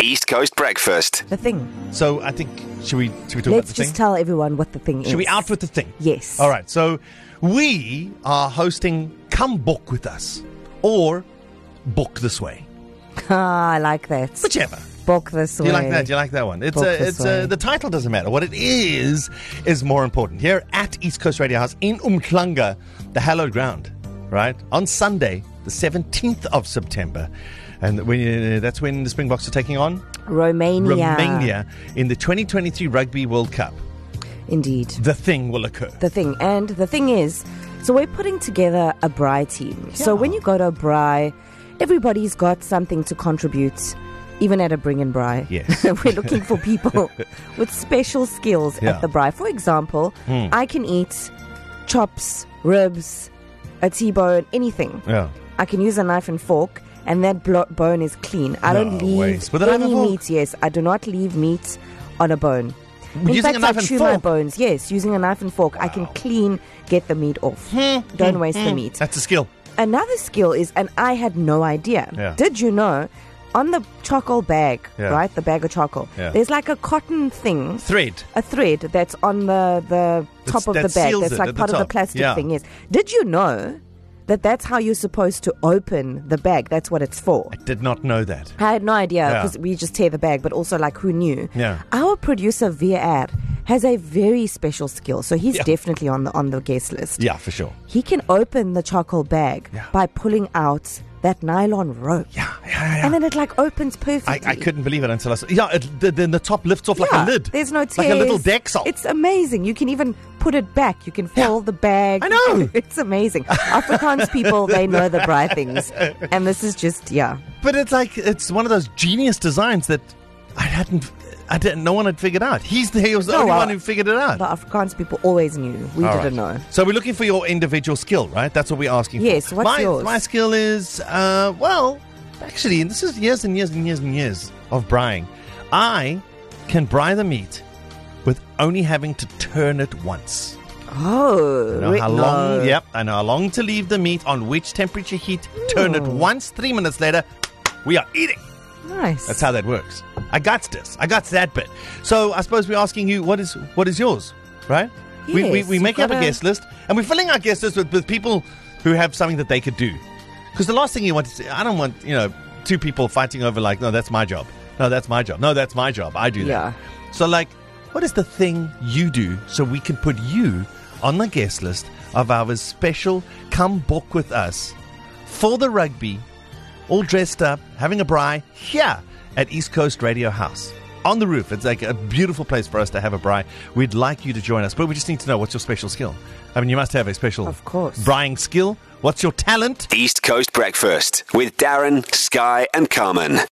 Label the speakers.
Speaker 1: East Coast Breakfast.
Speaker 2: The thing.
Speaker 3: So I think should we should we talk about
Speaker 2: Let's
Speaker 3: the
Speaker 2: just
Speaker 3: thing?
Speaker 2: tell everyone what the thing is.
Speaker 3: should we out with the thing?
Speaker 2: Yes.
Speaker 3: All right. So we are hosting Come Book with us, or Book this way,
Speaker 2: Ah, I like that.
Speaker 3: whichever.
Speaker 2: Book this
Speaker 3: Do
Speaker 2: way.
Speaker 3: you like that? Do you like that one? It's
Speaker 2: Book
Speaker 3: a,
Speaker 2: this
Speaker 3: it's a,
Speaker 2: way.
Speaker 3: the title doesn't matter. What it is is more important. Here at East Coast Radio House in Umklanga, the hallowed ground, right on Sunday, the seventeenth of September, and when uh, that's when the Springboks are taking on
Speaker 2: Romania.
Speaker 3: Romania in the 2023 Rugby World Cup.
Speaker 2: Indeed.
Speaker 3: The thing will occur.
Speaker 2: The thing. And the thing is, so we're putting together a Bri team. So
Speaker 3: Yeah.
Speaker 2: when you go to a Bri, everybody's got something to contribute. Even at a Bring and Bri.
Speaker 3: Yes.
Speaker 2: We're looking for people with special skills
Speaker 3: Yeah. Hmm.
Speaker 2: at the Bri. For example, I can eat chops, ribs, a T-bone, anything.
Speaker 3: Yeah.
Speaker 2: I can use a knife and fork, and that blo- bone is clean. I don't
Speaker 3: No
Speaker 2: leave
Speaker 3: ways. With a knife
Speaker 2: any
Speaker 3: and fork?
Speaker 2: meat. Yes, I do not leave meat on a bone. In
Speaker 3: Using
Speaker 2: fact,
Speaker 3: a knife
Speaker 2: I
Speaker 3: and
Speaker 2: chew my
Speaker 3: fork?
Speaker 2: bones. Yes, using a knife and fork, I can clean, get the meat off.
Speaker 3: Hmm,
Speaker 2: Don't waste the meat.
Speaker 3: That's a skill.
Speaker 2: Another skill is, and I had no idea.
Speaker 3: Yeah.
Speaker 2: Did you know? On the charcoal bag,
Speaker 3: Yeah.
Speaker 2: right? The bag of charcoal.
Speaker 3: Yeah.
Speaker 2: There's like a cotton thing
Speaker 3: Thread.
Speaker 2: a thread that's on the, the top
Speaker 3: That's-
Speaker 2: of
Speaker 3: that
Speaker 2: the bag.
Speaker 3: seals
Speaker 2: That's
Speaker 3: it
Speaker 2: like
Speaker 3: at the
Speaker 2: part of
Speaker 3: top.
Speaker 2: the plastic
Speaker 3: Yeah.
Speaker 2: thing. Yes. Did you know that that's how you're supposed to open the bag? That's what it's for.
Speaker 3: Did not know that.
Speaker 2: I had no idea
Speaker 3: Yeah.
Speaker 2: because we just tear the bag, but also like who knew?
Speaker 3: Yeah.
Speaker 2: Our producer VR has a very special skill, so he's
Speaker 3: Yeah.
Speaker 2: definitely on the on the guest list.
Speaker 3: Yeah, for sure.
Speaker 2: He can open the charcoal bag
Speaker 3: Yeah.
Speaker 2: by pulling out that nylon rope,
Speaker 3: Yeah, yeah, yeah.
Speaker 2: and then it like opens perfectly.
Speaker 3: I, I couldn't believe it until I saw. Yeah, it, the, then the top lifts off
Speaker 2: Yeah,
Speaker 3: like a lid.
Speaker 2: There's no tears.
Speaker 3: Like a little Dexel.
Speaker 2: It's amazing. You can even put it back. You can fold the bag.
Speaker 3: I know.
Speaker 2: It's amazing. Afrikaans people, they know the bright things. And this is just, yeah.
Speaker 3: but it's like it's one of those genius designs that I hadn't. I didn't. No one had figured out. He's the, he was the
Speaker 2: No,
Speaker 3: only
Speaker 2: well,
Speaker 3: one who figured it out.
Speaker 2: The Afrikaans people always knew. We
Speaker 3: All right.
Speaker 2: didn't know.
Speaker 3: So we're looking for your individual skill, right? That's what we're asking
Speaker 2: Yes,
Speaker 3: for.
Speaker 2: what's
Speaker 3: my,
Speaker 2: yours?
Speaker 3: My skill is, uh, well, actually, and this is years and years and years and years of brying. I can bry the meat with only having to turn it once.
Speaker 2: Oh.
Speaker 3: I know
Speaker 2: re-
Speaker 3: how
Speaker 2: no.
Speaker 3: long? Yep, I know how long to leave the meat on which temperature heat. Turn it once. Three minutes later, we are eating.
Speaker 2: Nice.
Speaker 3: That's how that works. I got this. I got that bit. So I suppose we're asking you what is what is yours, right? we we,
Speaker 2: Yes,
Speaker 3: we make
Speaker 2: you've
Speaker 3: up a
Speaker 2: gotta-
Speaker 3: guest list and we're filling our guest list with, with people who have something that they could do. Because the last thing you want is I don't want you know two people fighting over like no that's my job, no that's my job, no that's my job. I do that.
Speaker 2: Yeah.
Speaker 3: So like, what is the thing you do so we can put you on the guest list of our special come book with us for the rugby all dressed up, having a braai here at East Coast Radio House. On the roof. It's like a beautiful place for us to have a braai. We'd like you to join us, but we just need to know what's your special skill. I mean, you must have a special
Speaker 2: Of course.
Speaker 3: braaiing skill. What's your talent?
Speaker 1: East Coast Breakfast with Darren, Sky, and Carmen.